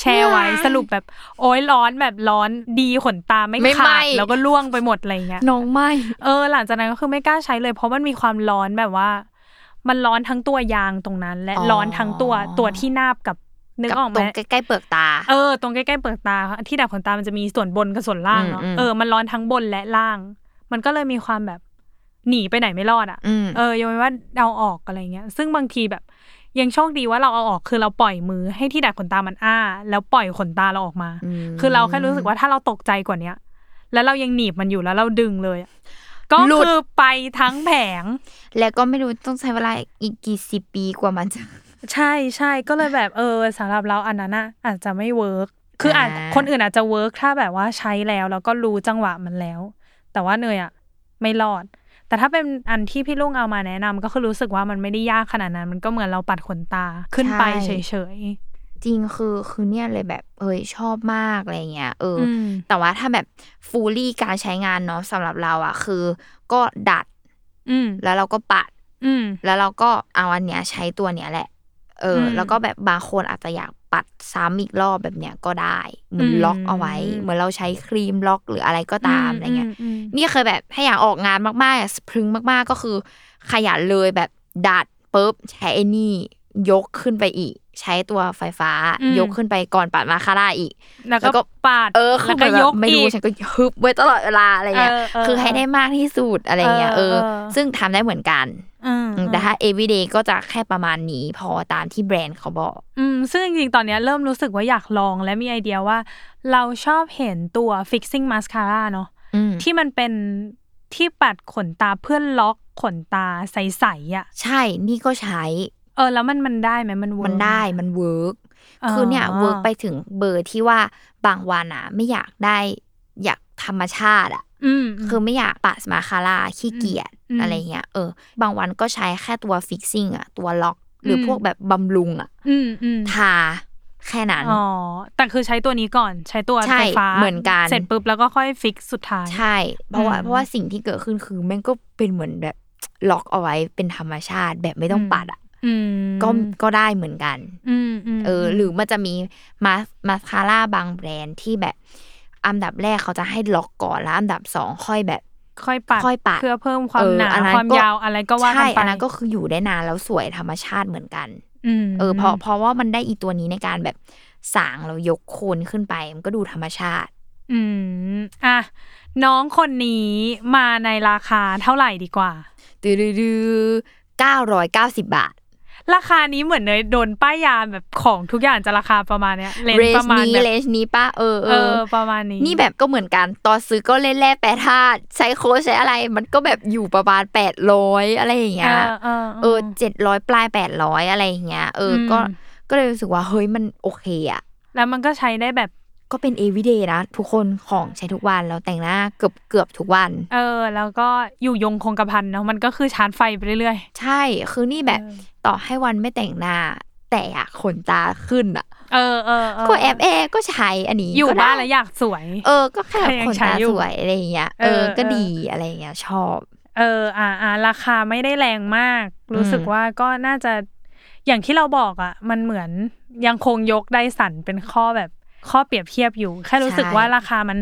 Speaker 3: แช่ไว้สรุปแบบ โอ๊ยร้อนแบบร้อนดีขนตาไม่ขาดแล้วก็ล่วงไปหมดอะไรเงี้ย
Speaker 2: น้องไม่
Speaker 3: เออหลังจากนั้นก็คือไม่กล้าใช้เลย เพราะมันมีความร้อนแบบว่า มันร้อนทั้งตัวยางตรงนั้น และ
Speaker 2: อ๋อ
Speaker 3: ร้อนทั้งตัวตัวที่นาบกับนึกออกไห
Speaker 2: ต
Speaker 3: ม
Speaker 2: รงใกล้ๆเปลือกตา
Speaker 3: เออตรงใกล้ๆเปลือกตาที่ดับขนตามันจะมีส่วนบนกับส่วนล่างเนาะ
Speaker 2: อืมอืม
Speaker 3: เออมันร้อนทั้งบนและล่าง มันก็เลยมีความแบบ หนีไปไหนไม่รอดอ่ะ
Speaker 2: อืม
Speaker 3: เออยกเว้นว่าเอาออกอะไรเงี้ย ซึ่งบางทีแบบ ยังโชคดีว่าเราเอาออกคือเราปล่อยมือให้ที่ดัดขนตามันอ้า แล้วปล่อยขนตาเราออกมา
Speaker 2: ม
Speaker 3: คือเราแค่รู้สึกว่าถ้าเราตกใจกว่าเนี้ย แล้วเรายังหนีบมันอยู่แล้วเราดึงเลยอะก็คือไปทั้งแผง
Speaker 2: แล้วก็ไม่รู้ต้องใช้เวลาอีกกี่สิบปีกว่ามันจะ
Speaker 3: ใช่ใช่ก็เลยแบบเออสำหรับเราอันนั้นอะอาจจะไม่เวิร์กคืออาจ
Speaker 2: อ่า
Speaker 3: คนอื่นอาจจะเวิร์กถ้าแบบว่าใช้แล้วแล้วก็รู้จังหวะมันแล้ว แต่ว่าเนยอะไม่รอด แต่ถ้าเป็นอันที่พี่ลุงเอามาแนะนำก็คือรู้สึกว่ามันไม่ได้ยากขนาดนั้น มันก็เหมือนเราปัดขนตาขึ้นไปเฉย
Speaker 2: จริงคือคือเนี่ยเลยแบบเอ้ยชอบมากอะไรเงี้ยเออ
Speaker 3: ๆ
Speaker 2: อ
Speaker 3: อืม
Speaker 2: แต่ว่าถ้าแบบฟูลี่การใช้งานเนาะสำหรับเราอะคือก็ดัด
Speaker 3: อืม
Speaker 2: แล้วเราก็ปัด
Speaker 3: อืม
Speaker 2: แล้วเราก็เอาอันเนี้ยใช้ตัวเนี้ยแหละ เอออ
Speaker 3: ม
Speaker 2: แล้วก็แบบบางคนอาจจะอยากปัดซ้ำอีกรอบแบบเนี้ยก็ได้เหมือน
Speaker 3: อืม
Speaker 2: ล็อกเอาไว้ เหมือนเราใช้ครีมล็อกหรืออะไรก็ตามอะไรเงี้ย
Speaker 3: ม
Speaker 2: นี่เคยแบบถ้าอยากออกงานมากๆอะสะพรึงมากๆก็คือ ขยันเลยแบบดัดปุ๊บใช้ไอ้นี่ ยกขึ้นไปอีก ใช้ตัวไฟฟ้า ยกขึ้นไปก่อนปัดมาคาร่าอีก
Speaker 3: แล้ว
Speaker 2: แล้วก็
Speaker 3: ก็ปาด
Speaker 2: เออคื
Speaker 3: แล้
Speaker 2: อ
Speaker 3: ว
Speaker 2: แบ
Speaker 3: ก็
Speaker 2: บ
Speaker 3: ยก
Speaker 2: ไม่
Speaker 3: อี
Speaker 2: รู้
Speaker 3: ก
Speaker 2: ฉันก็ฮึบไว้ตลอดเวลาอะไรเงี้ย
Speaker 3: เออเออ
Speaker 2: คือให้ได้มากที่สุดอะไรเงี้ย เอ
Speaker 3: เออ
Speaker 2: อ
Speaker 3: เออ
Speaker 2: ซึ่งทำได้เหมือนกัน
Speaker 3: อืมอืม
Speaker 2: แต่ถ้า everyday ก็จะแค่ประมาณนี้พอตามที่แบรนด์เขาบอก
Speaker 3: อืมซึ่งจริงๆ ตอนเนี้ยเริ่มรู้สึกว่าอยากลองและมีไอเดียว่า เราชอบเห็นตัว fixing mascara เนอะ
Speaker 2: อืม
Speaker 3: ที่มันเป็นที่ปัดขนตาเพื่อล็อกขนตาใสๆอ่ะ
Speaker 2: ใช่ นี่ก็ใช้
Speaker 3: เออ แล้วมันมันได้ไหมมันเวิร์ก
Speaker 2: มันได้ มันเวิร์ก คือเนี่ยเวิร์กไปถึงเบอร์ที่ว่าบางวันอ่ะ ไม่อยากได้อยากธรรมชาติอ่ะ
Speaker 3: อืม
Speaker 2: คือไม่อยากปะสมาคาราขี้เกียจ
Speaker 3: อืม
Speaker 2: อะไรเงี้ย เออ บางวันก็ใช้แค่ตัว fixing อ่ะ ตัวล็อก หรืออ
Speaker 3: ม
Speaker 2: พวกแบบบำรุงอ่ะ
Speaker 3: อืมอืม
Speaker 2: ทาแค่นั้น
Speaker 3: อ๋อ แต่คือใช้ตัวนี้ก่อนใช้ตัว
Speaker 2: ใช่
Speaker 3: ไฟฟ้า
Speaker 2: เหมือนกัน
Speaker 3: เสร็จปุ๊บแล้วก็ค่อยฟิกสุดท้าย
Speaker 2: ใช่ เพราะว่า
Speaker 3: อืม
Speaker 2: เพราะว่าสิ่งที่เกิดขึ้นคือแม่งก็เป็นเหมือนแบบล็อกเอาไว้เป็นธรรมชาติแบบไม่ต้อง
Speaker 3: อืม
Speaker 2: ปัดอ่ะ
Speaker 3: อืม
Speaker 2: ก็ก็ได้เหมือนกัน
Speaker 3: อืมอืม
Speaker 2: เออหรือมันจะมีมามาคาร่าบางแบรนด์ที่แบบ อันดับแรกเขาจะให้ล็อกก่อนแล้ว อันดับสองค่อยแบบ
Speaker 3: ค่อยปัด
Speaker 2: ค่อยปัด
Speaker 3: เพื่อเพิ่มความ
Speaker 2: เออ
Speaker 3: หนา
Speaker 2: อันนั้น
Speaker 3: ความ
Speaker 2: ก็
Speaker 3: ยาวอะไรก็ว่ากั
Speaker 2: ใช่
Speaker 3: นไป
Speaker 2: อันนั้นก็คืออยู่ได้นานแล้วสวยธรรมชาติเหมือนกัน
Speaker 3: ม
Speaker 2: เออเพราะเพราะว่ามันได้อีตัวนี้ในการแบบสางเรายกโคนขึ้นไปมันก็ดูธรรมชาติ
Speaker 3: อืม อ่ะ น้องคนนี้มาในราคาเท่าไหร่ดีกว่า
Speaker 2: ดื้อเก้าร้อยเก้าสิบบาท
Speaker 3: ราคานี้เหมือนเนยโดนป้ายยาแบบของทุกอย่างจะราคาประมาณเนี้ยเลน
Speaker 2: เรน
Speaker 3: ประมาณ
Speaker 2: นี้
Speaker 3: แบบ
Speaker 2: เรนนี้ป้าเออ
Speaker 3: เออประมาณนี้
Speaker 2: นี่แบบก็เหมือนกันตอนซื้อก็เล่นแร่แปรธาตุใช้โค้ดใช้อะไร มันก็แบบอยู่ประมาณแปดร้อยอะไรอย่างเงี้ย
Speaker 3: เออเออ
Speaker 2: เออเจ็ดร้อยปลายแปดร้อยอะไรอย่างเงี้ยเอออ
Speaker 3: ม
Speaker 2: ก็ก็เลยรู้สึกว่าเฮ้ยมันโอเคอ่ะ
Speaker 3: แล้วมันก็ใช้ได้แบบ
Speaker 2: ก็เป็น everyday นะ ทุกคนของใช้ทุกวันเราแต่งหน้าเกือบเกือบทุกวัน
Speaker 3: เออ แล้วก็อยู่ยงคงกระพันเนาะมันก็คือชาร์จไฟไปเรื่อย
Speaker 2: ใช่คือนี่แบบต่อให้วันไม่แต่งหน้า แต่อยากขนตาขึ้นอ่ะ
Speaker 3: ๆ เออเออเ
Speaker 2: ก็แอบแอบก็ใช้อันนี้
Speaker 3: อยู่
Speaker 2: ก็ได้
Speaker 3: บ้านแล้วอยากสวย
Speaker 2: เออ ก็แค่แบบ
Speaker 3: ก็ยัง
Speaker 2: ขน
Speaker 3: ใช้
Speaker 2: ตา
Speaker 3: อยู่
Speaker 2: สวยอะไรอย่างเงี้ย
Speaker 3: เอ
Speaker 2: เอ
Speaker 3: อ
Speaker 2: อ ก็
Speaker 3: เออ
Speaker 2: ดีอะไรอย่างเงี้ยชอบ
Speaker 3: เออ อ่าอ่าราคาไม่ได้แรงมาก รู้สึก
Speaker 2: อืม
Speaker 3: ว่าก็น่าจะอย่างที่เราบอกอ่ะ มันเหมือนยังคงยกไดสันเป็นข้อแบบข้อเปรียบเทียบอยู่ แค่รู้สึกว่าราคามัน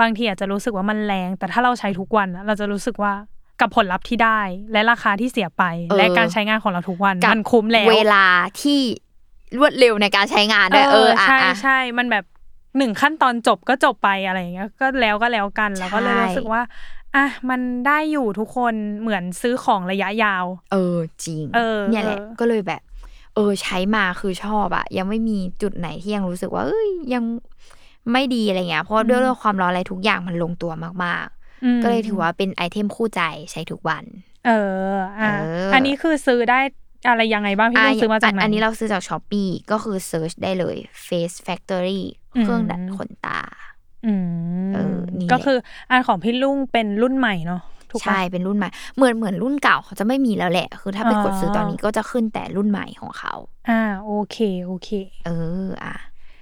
Speaker 3: บางทีอาจจะรู้สึกว่ามันแรง แต่ถ้าเราใช้ทุกวันอะเราจะรู้สึกว่ากับผลลัพธ์ที่ได้ และราคาที่เสียไป และการใช้งานของเราทุกวัน
Speaker 2: กับ
Speaker 3: มันคุ้มแล้ว
Speaker 2: เวลาที่รวดเร็วในการใช้งานด้วยเอออ่ะ
Speaker 3: ใช่
Speaker 2: อ่ะ
Speaker 3: ใช่มันแบบหนึ่งขั้นตอนจบก็จบไปอะไรอย่างเงี้ย ก็แล้วก็แล้วกันเราก็เลย
Speaker 2: ใช่
Speaker 3: รู้สึกว่าอ่ะมันได้อยู่ทุกคนเหมือนซื้อของระยะยาว
Speaker 2: เออจริง
Speaker 3: เออ
Speaker 2: เนี่ยแหละ
Speaker 3: เออ
Speaker 2: ก็เลยแบบ เออใช้มาคือชอบอะยังไม่มีจุดไหนที่ยังรู้สึกว่าเอ้ยยังไม่ดีอะไรเงี้ยเพราะว่าด้วยเรื่องความร้อนอะไรทุกอย่างมันลงตัวมาก
Speaker 3: อืม
Speaker 2: ๆ ก็เลยถือว่าเป็นไอเทมคู่ใจใช้ทุกวัน
Speaker 3: เออ อ่ะ
Speaker 2: เอออั
Speaker 3: อันนี้คือซื้อได้อะไรยังไงบ้างพี่ลุงซื้อมาจากไหน
Speaker 2: อันนี้เราซื้อจากช้อปปีก็คือเซิร์ชได้เลย Face Factory
Speaker 3: อืม
Speaker 2: เครื่องดัดขนตา
Speaker 3: อื
Speaker 2: เอ
Speaker 3: ม
Speaker 2: อนี่แหละ
Speaker 3: ก็คืออันของพี่ลุงเป็นรุ่นใหม่เนาะถูกปะ
Speaker 2: ใช่ เป็นรุ่นใหม่ เหมือนเหมือนรุ่นเก่าเขาจะไม่มีแล้วแหละ คือถ้าไป
Speaker 3: อ๋อ
Speaker 2: กดซื้อตอนนี้ก็จะขึ้นแต่รุ่นใหม่ของเขา
Speaker 3: อ่า โอเค โอเค
Speaker 2: เอออ่ะ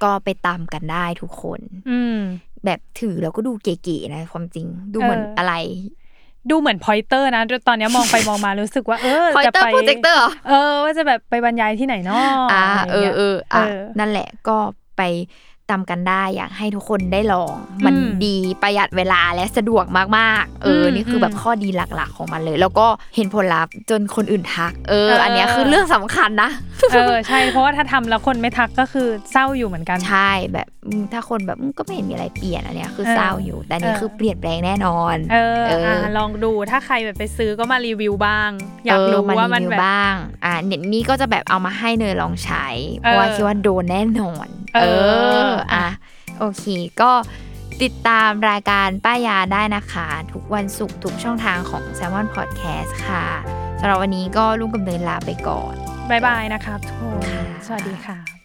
Speaker 2: ก็ไปตามกันได้ทุกคน
Speaker 3: อืม
Speaker 2: แบบถือแล้วก็ดูเก๋ๆนะ ความจริงดูเหมือน
Speaker 3: เอออ
Speaker 2: อะไร
Speaker 3: ดูเหมือนพอยเตอร์นะ ตอนเนี้ยมองไป มองมารู้สึกว่า เออ
Speaker 2: พอย
Speaker 3: จะ
Speaker 2: เตอ
Speaker 3: ไป
Speaker 2: ร์โปรเจคเตอร์
Speaker 3: เออ ว่าจะแบบไปบรรยายที่ไหนเนาะ
Speaker 2: อ่า
Speaker 3: ะไร
Speaker 2: เออย่าง
Speaker 3: งี้ย
Speaker 2: เอออ่ะ
Speaker 3: เออ
Speaker 2: นั่นแหละก็ไป จำกันได้อยากให้ทุกคนได้ลอง มัน
Speaker 3: อืม
Speaker 2: ดีประหยัดเวลาและสะดวกมากๆ เอออ
Speaker 3: ม
Speaker 2: นี่คือแบบ
Speaker 3: อืม
Speaker 2: ข้อดีหลักๆของมันเลย แล้วก็เห็นผลลัพธ์จนคนอื่นทัก เออ
Speaker 3: เอออั
Speaker 2: อันเนี้ยคือเรื่องสำคัญนะ
Speaker 3: เออใช่เพราะว่าถ้าทำแล้วคนไม่ทักก็คือเศร้าอยู่เหมือนกัน
Speaker 2: ใช่แบบอืมถ้าคนแบบอืมก็ไม่เห็นมีอะไรเปลี่ยนอันเนี้ยคือ
Speaker 3: เออ
Speaker 2: เศร้าอยู่ แต่อันนี่
Speaker 3: เออ
Speaker 2: คือเปลี่ยนแปลงแน่นอน
Speaker 3: เออ
Speaker 2: เอออ่
Speaker 3: อ่ะลองดูถ้าใครแบบไปซื้อก็มารีวิวบ้าง อยากรู้
Speaker 2: เ
Speaker 3: ว่ามัน
Speaker 2: รี
Speaker 3: แบ
Speaker 2: วิ
Speaker 3: บ
Speaker 2: บ้าง อ่าเนี่ยนี่ก็จะแบบเอามาให้เนยลองใช้ เพราะว่า
Speaker 3: เออ
Speaker 2: คิดว่าโดนแน่นอน
Speaker 3: เออ
Speaker 2: เออ อ่ะ โอเค ก็ติดตามรายการป้ายาได้นะคะ ทุกวันศุกร์ทุกช่องทางของ s ซ l m o n Podcast ค่ะสำหรับวันนี้ก็ลุงกับเนยลาไปก่อน
Speaker 3: บายบายนะครับทุกคน
Speaker 2: ค่ะ
Speaker 3: สวัสดีครับ